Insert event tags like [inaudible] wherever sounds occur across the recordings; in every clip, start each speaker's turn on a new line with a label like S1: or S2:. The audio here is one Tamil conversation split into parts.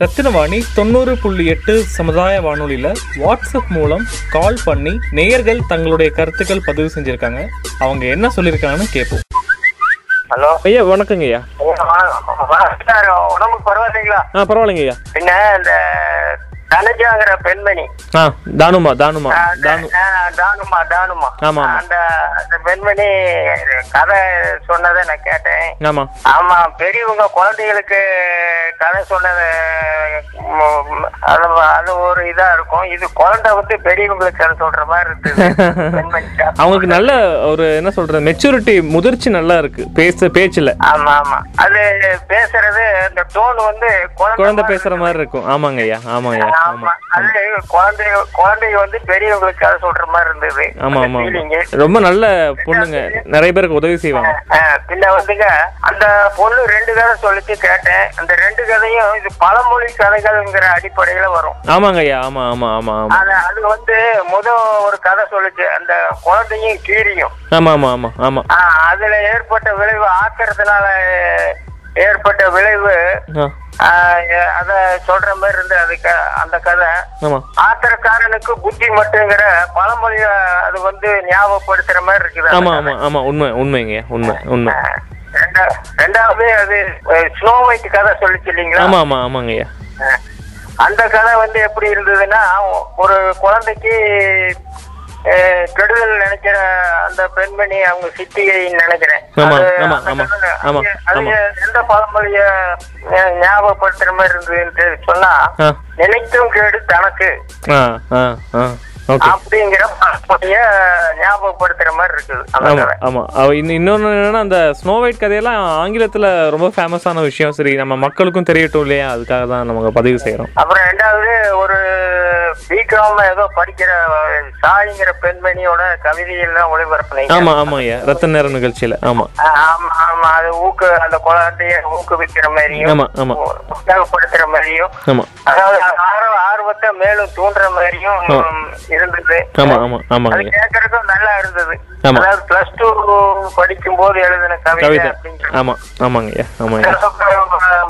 S1: ரத்தினவாணி தொண்ணூறு புள்ளி எட்டு சமுதாய வானொலியில் வாட்ஸ்அப் மூலம் கால் பண்ணி நேயர்கள் தங்களுடைய கருத்துக்கள் பதிவு செஞ்சுருக்காங்க அவங்க என்ன சொல்லியிருக்காங்கன்னு கேட்போம்
S2: ஹலோ
S1: ஐயா வணக்கங்க ஐயா
S2: ஐயா, வணக்கம். வணக்கம் சார். உடம்புக்கு பரவாயில்லைங்களா
S1: ஆ பரவாயில்லைங்க ஐயா
S2: பின்ன இந்த தனஜாங்கிற பெண்மணி
S1: ஆ தானுமா தானுமா
S2: அந்த-
S1: தானு
S2: ஆ, தானுமா தானுமா
S1: ஆமா, ஆமா.
S2: அந்த அந்த பெண்மணி கதை சொன்னதை நான் கேட்டேன்
S1: ஆமாம்
S2: ஆமா பெரியவங்க குழந்தைகளுக்கு கதை சொன்னது ம், ம், அது அது ஒரு இதா இருக்கும் இது குழந்தை வந்து பெரியவங்களுக்கு கதை சொல்ற மாதிரி இருக்குது
S1: [laughs]
S2: பெண்மணி கதை.
S1: அவங்களுக்கு நல்ல ஒரு என்ன சொல்கிறது மெச்சூரிட்டி முதிர்ச்சி நல்லா இருக்குது பேச பேச்சில்
S2: ஆமா ஆமா அது பேசுறது இந்த டோன் வந்து
S1: குழந்தை
S2: குழந்தை
S1: பேசுகிற மாதிரி இருக்கும் ஆமாங்க ஐயா ஆமாங்க ஐயா ஆமாம்
S2: ஆமா அது குழந்தை குழந்தைங்க வந்து பெரியவங்களுக்கு கதை சொல்ற மாதிரி இருந்தது
S1: ஆமாம்
S2: அந்த
S1: ஆமாம்
S2: feeling.
S1: ரொம்ப நல்ல பொண்ணுங்க நிறைய பேருக்கு உதவி செய்வாங்க
S2: ஆ, பின்ன வந்துங்க அந்த பொண்ணு ரெண்டு கதை சொல்லிச்சு கேட்டேன் அந்த ரெண்டு கதையும் இது பழமொழி கதைகள்ங்கிற அடிப்படையில வரும்
S1: ஆமாங்க ஐயா ஆமாம் ஆமாம் ஆமாம் ஆமாம்
S2: ஆனா அது வந்து முத ஒரு கதை சொல்லுச்சு அந்த குழந்தையும் கீரியும்
S1: ஆமாம் ஆமாம் ஆமாம் ஆமாம்
S2: ஆ, அதுல ஏற்பட்ட விளைவு ஆக்கிறதுனால ஏற்பட்ட விளைவு
S1: ஆ
S2: ஆ, அத சொல்ற மாதிரி இருந்து அதுக்கு அந்த கதை
S1: ஆமாம்
S2: ஆத்திரக்காரனுக்கு புத்தி மட்டுங்கிற பழமொழிய அது வந்து ஞாபகப்படுத்துற மாதிரி இருக்குது அந்த
S1: ஆமா
S2: கதை.
S1: ஆமா ஆமா உண்மை உண்மைங்கய்யா உண்மை உண்மை
S2: ரெண்டா- ரெண்டாவது அது ஸ்னோ ஒயிட் கதை சொல்லிச்சு இல்லைங்களா
S1: ஆமா ஆமா ஆமாங்கய்யா
S2: அஹ், அந்த கதை வந்து எப்படி இருந்ததுன்னா ஒரு குழந்தைக்கு அஹ், கெடுதல் நினைக்கிற அந்த பெண்மணி அவங்க சித்தியை நினைக்கிறேன்
S1: ஆமா,
S2: அது-
S1: ஆமா,
S2: அந்த
S1: ஆமா,
S2: கதை-
S1: ஆமா,
S2: அது- அது
S1: ஆமா.
S2: எந்த பழமொழிய அஹ், ஞாபகப்படுத்துற மாதிரி இருந்ததுன்னு சொன்னா
S1: ஆ
S2: நினைத்தும் கேடு தனக்கு
S1: ஆ ஆ ஆ ஓகே
S2: அப்படிங்கிற பழமொழிய ஞாபகப்படுத்துற மாதிரி இருக்குது அந்த
S1: ஆமா
S2: கதை
S1: ஆமா அவ இன்னும் இன்னொன்னு என்னன்னா அந்த ஸ்னோ ஒயிட் கதையெல்லாம் ஆங்கிலத்துல ரொம்ப ஃபேமஸான விஷயம் சரி நம்ம மக்களுக்கும் தெரியட்டும் இல்லையா அதுக்காக தான் நம்ம பதிவு செய்றோம்
S2: அப்புறம் ரெண்டாவது ஒரு பிகாம் ஏதோ படிக்கிற அஹ், சாய்ங்கிற பெண்மணியோட கவிதையெல்லாம் ஒளிபரப்புனீங்க
S1: ஆமா ஆமா ஐயா ரத்த நேர நிகழ்ச்சியில ஆமா
S2: ஆஹ் ஆமா ஆமா அது ஊக்கு அந்த குழந்தைய ஊக்குவிக்கிற மாதிரியும்
S1: ஆமா ஆமா
S2: உற்சாகப்படுத்துற மாதிரியும்
S1: ஆமா
S2: அதாவது ஆர்வ ஆர்வத்தை மேலும் தூண்டுற மாதிரியும் ம், இருந்தது
S1: ஆமா ஆமா
S2: அது
S1: ஆமாங்க
S2: கேட்கறதுக்கும் நல்லா இருந்தது
S1: ஆமா.
S2: அதாவது பிளஸ் டூ படிக்கும் போது எழுதின கவிதை
S1: கவிதை
S2: அப்படிங்கிற
S1: ஆமா ஆமாங்கய்யா ஆமாங்க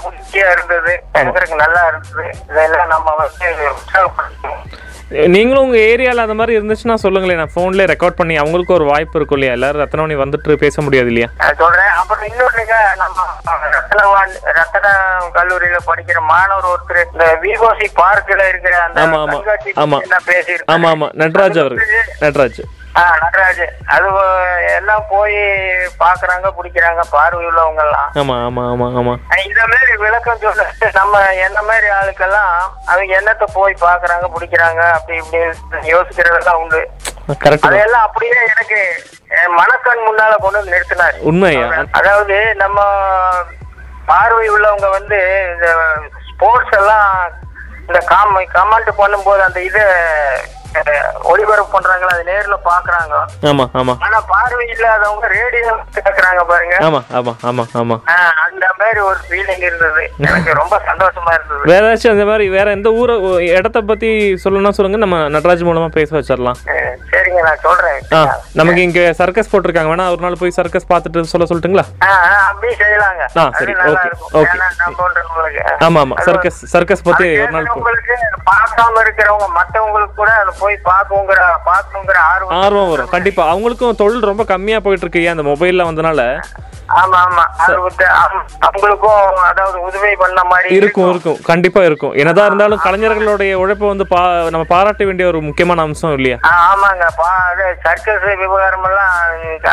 S2: முக்கியம் இருந்தது கேட்கறதுக்கு நல்லா இருந்தது இதெல்லாம் நம்ம வந்து உற்சாகப்படுத்தணும்
S1: நீங்களும் உங்க ஏரியால அந்த மாதிரி இருந்துச்சுன்னா சொல்லுங்களேன் நான் ஃபோன்ல ரெக்கார்ட் பண்ணி அவங்களுக்கும் ஒரு வாய்ப்பு இருக்கும் இல்லையா எல்லாரும் ரத்னவாணி வந்துட்டு பேச முடியாது இல்லையா
S2: நான் சொல்றேன் அப்புறம் இன்னொன்னுங்க நம்ம ரத்னவான் ரத்ன கல்லூரியில படிக்கிற மாணவர் ஒருத்தர் இந்த விஓசி பார்க்ல இருக்கிற அந்த
S1: ஆமா, ஆமா.
S2: கண்காட்சி
S1: ஆமா.
S2: நான் பேசியிருக்கேன்
S1: ஆமா ஆமா நட்ராஜ் அவர்கள் நட்ராஜ்
S2: ஆ, நடராஜ் அது ஒ- எல்லாம் போய் பாக்குறாங்க பிடிக்கிறாங்க பார்வை உள்ளவங்க எல்லாம்
S1: ஆமா ஆமா ஆமா ஆமா
S2: இந்த மாதிரி விளக்கம் சொல்ல நம்ம என்ன மாதிரி ஆளுக்கெல்லாம் அவங்க என்னத்தை போய் பாக்குறாங்க பிடிக்கிறாங்க அப்படி இப்படின்னு யோசிக்கிறதெல்லாம் உண்டு
S1: கரெக்ட் தான்
S2: அதையெல்லாம் அப்படியே எனக்கு என் மனக்கண் முன்னால கொண்டு வந்து நிறுத்தினார்
S1: உண்மையா
S2: அதாவது நம்ம பார்வை உள்ளவங்க வந்து இந்த ஸ்போர்ட்ஸ் எல்லாம் இந்த காம கமெண்ட் பண்ணும்போது அந்த இதை அஹ், ஒளிபரப்பு பண்றாங்களா அது நேர்ல பாக்குறாங்க
S1: ஆமா ஆமா
S2: ஆனா பார்வை இல்லாதவங்க ரேடியோ கேக்குறாங்க பாருங்க
S1: ஆமா ஆமா ஆமா ஆமா
S2: ஆஹ், அந்த மாதிரி ஒரு ஃபீலிங் இருந்தது எனக்கு ரொம்ப சந்தோஷமா இருந்தது
S1: வேற ஏதாச்சும் அந்த மாதிரி வேற எந்த ஊரை இடத்த பத்தி சொல்லணும்னா சொல்லுங்க நம்ம நட்ராஜ் மூலமா பேச வச்சிடலாம்
S2: அஹ், சரிங்க நான் சொல்றேன்
S1: ஆ நமக்கு இங்க சர்க்கஸ் போட்டிருக்காங்க வேணா ஒரு நாள் போய் சர்க்கஸ் பார்த்துட்டு சொல்ல சொல்லட்டுங்களா
S2: ஆஹ், ஆஹ், அப்படியே செய்யலாங்க
S1: ஆ,
S2: அது
S1: சரி,
S2: நல்லா
S1: ஓகே,
S2: இருக்கும்.
S1: ஓகே.
S2: ஏன்னா நான் சொல்றேன் உங்களுக்கு
S1: ஆமா ஆமா சர்க்கஸ் சர்க்கஸ் பத்தி ஒரு நாள் போ-
S2: உங்களுக்கு பார்க்காம இருக்கிறவங்க மத்தவங்களுக்கு கூட அதை போய் பார்க்குங்கிற பார்க்கணுங்கிற ஆர்வம்
S1: ஆர்வம் வரும் கண்டிப்பா அவங்களுக்கும் தொழில் ரொம்ப கம்மியா போயிட்டு இருக்கு ஏன் அந்த மொபைல்ல வந்தனால
S2: ஆமா ஆமா ஆர்வத்தை ஆமா. அவங்களுக்கும் அதாவது உதவி பண்ண மாதிரி
S1: இருக்கும் இருக்கும் கண்டிப்பா இருக்கும் என்னதான் இருந்தாலும் கலைஞர்களுடைய உழைப்பை வந்து பா நம்ம பாராட்ட வேண்டிய ஒரு முக்கியமான அம்சம் இல்லையா
S2: ஆ, ஆமாங்க பா அது சர்க்கஸ் விவகாரம் எல்லாம்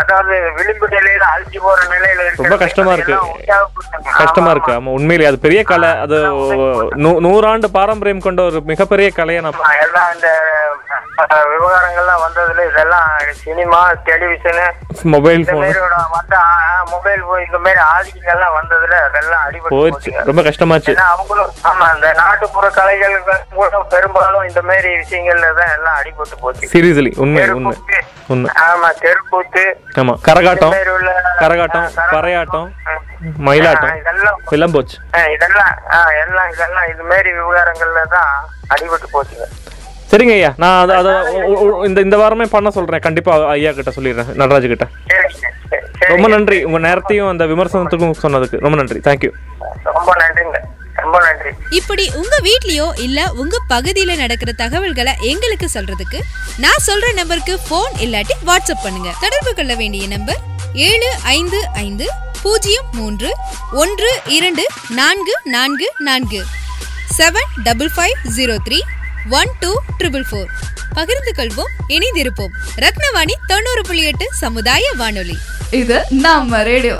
S2: அதாவது விளிம்பு நிலையில அழிஞ்சு போற நிலையில இருக்கு
S1: ரொம்ப கஷ்டமா இருக்கு.
S2: அதெல்லாம் உற்சாகப்படுத்துங்க.
S1: கஷ்டமா
S2: ஆமா,
S1: இருக்கு ஆமா உண்மையிலேயே அது பெரிய கலை அது நூ- நூறாண்டு பாரம்பரியம் கொண்ட ஒரு மிகப்பெரிய கலையை நான்
S2: ஆமா. எல்லாம் இந்த அஹ், விவகாரங்கள்லாம் வந்ததுல இதெல்லாம் சினிமா டெலிவிஷனு
S1: மொபைல்
S2: இந்த
S1: போன்
S2: மாதிரி ஒரு வந்த மொபைல் இந்த மாதிரி ஆதிக்கங்கள்லாம் வந்ததுல அதெல்லாம் அடிபட்டு
S1: போயிடுச்சு
S2: போச்சுங்க.
S1: ரொம்ப கஷ்டமாச்சு
S2: ஏன்னா அவங்களும் ஆமா இந்த நாட்டுப்புற கலைகளுக்கு கூட பெரும்பாலும் இந்த மாதிரி விஷயங்கள்ல தான் எல்லாம் அடிபட்டு போச்சு
S1: சீரியஸ்லி உண்மை உண்மை
S2: தெருக்கூத்து
S1: உண்மை
S2: ஆமா தெருக்கூத்து
S1: ஆமா
S2: இந்த
S1: கரகாட்டம்
S2: மாதிரி உள்ள
S1: கரகாட்டம்
S2: ஆ,
S1: பறையாட்டம்
S2: கரகாட்டம். ஆ,
S1: மயிலாட்டம்
S2: இதெல்லாம்
S1: எல்லாம் போச்சு
S2: ஆ, இதெல்லாம் ஆ, எல்லாம் இதெல்லாம் இது மாதிரி விவகாரங்கள்ல தான் அடிபட்டு போச்சுங்க
S1: சரிங்க ஐயா நான் அது அதை உ- உ- இந்த இந்த வாரமே பண்ண சொல்றேன் கண்டிப்பா ஐயா கிட்ட சொல்லிடுறேன் நடராஜ் கிட்ட
S2: சரிங்க சரி, சரி
S1: ரொம்ப நன்றி உங்க நேரத்தையும் அந்த விமர்சனத்துக்கும் சொன்னதுக்கு ரொம்ப நன்றி தேங்க்யூ
S2: ரொம்ப நன்றிங்க ரொம்ப நன்றி
S3: இப்படி உங்க வீட்லயோ இல்ல உங்க பகுதியில நடக்கிற தகவல்களை எங்களுக்கு சொல்றதுக்கு நான் சொல்ற நம்பருக்கு ஃபோன் இல்லாட்டி வாட்ஸ்அப் பண்ணுங்க தொடர்பு கொள்ள வேண்டிய நம்பர் ஏழு ஐந்து ஐந்து பூஜ்ஜியம் மூன்று ஒன்று இரண்டு நான்கு நான்கு நான்கு seven double five zero three one two triple four பகிர்ந்து கொள்வோம் இணைந்திருப்போம் ரத்னவாணி தொண்ணூறு புள்ளி எட்டு சமுதாய வானொலி
S4: இது நம்ம ரேடியோ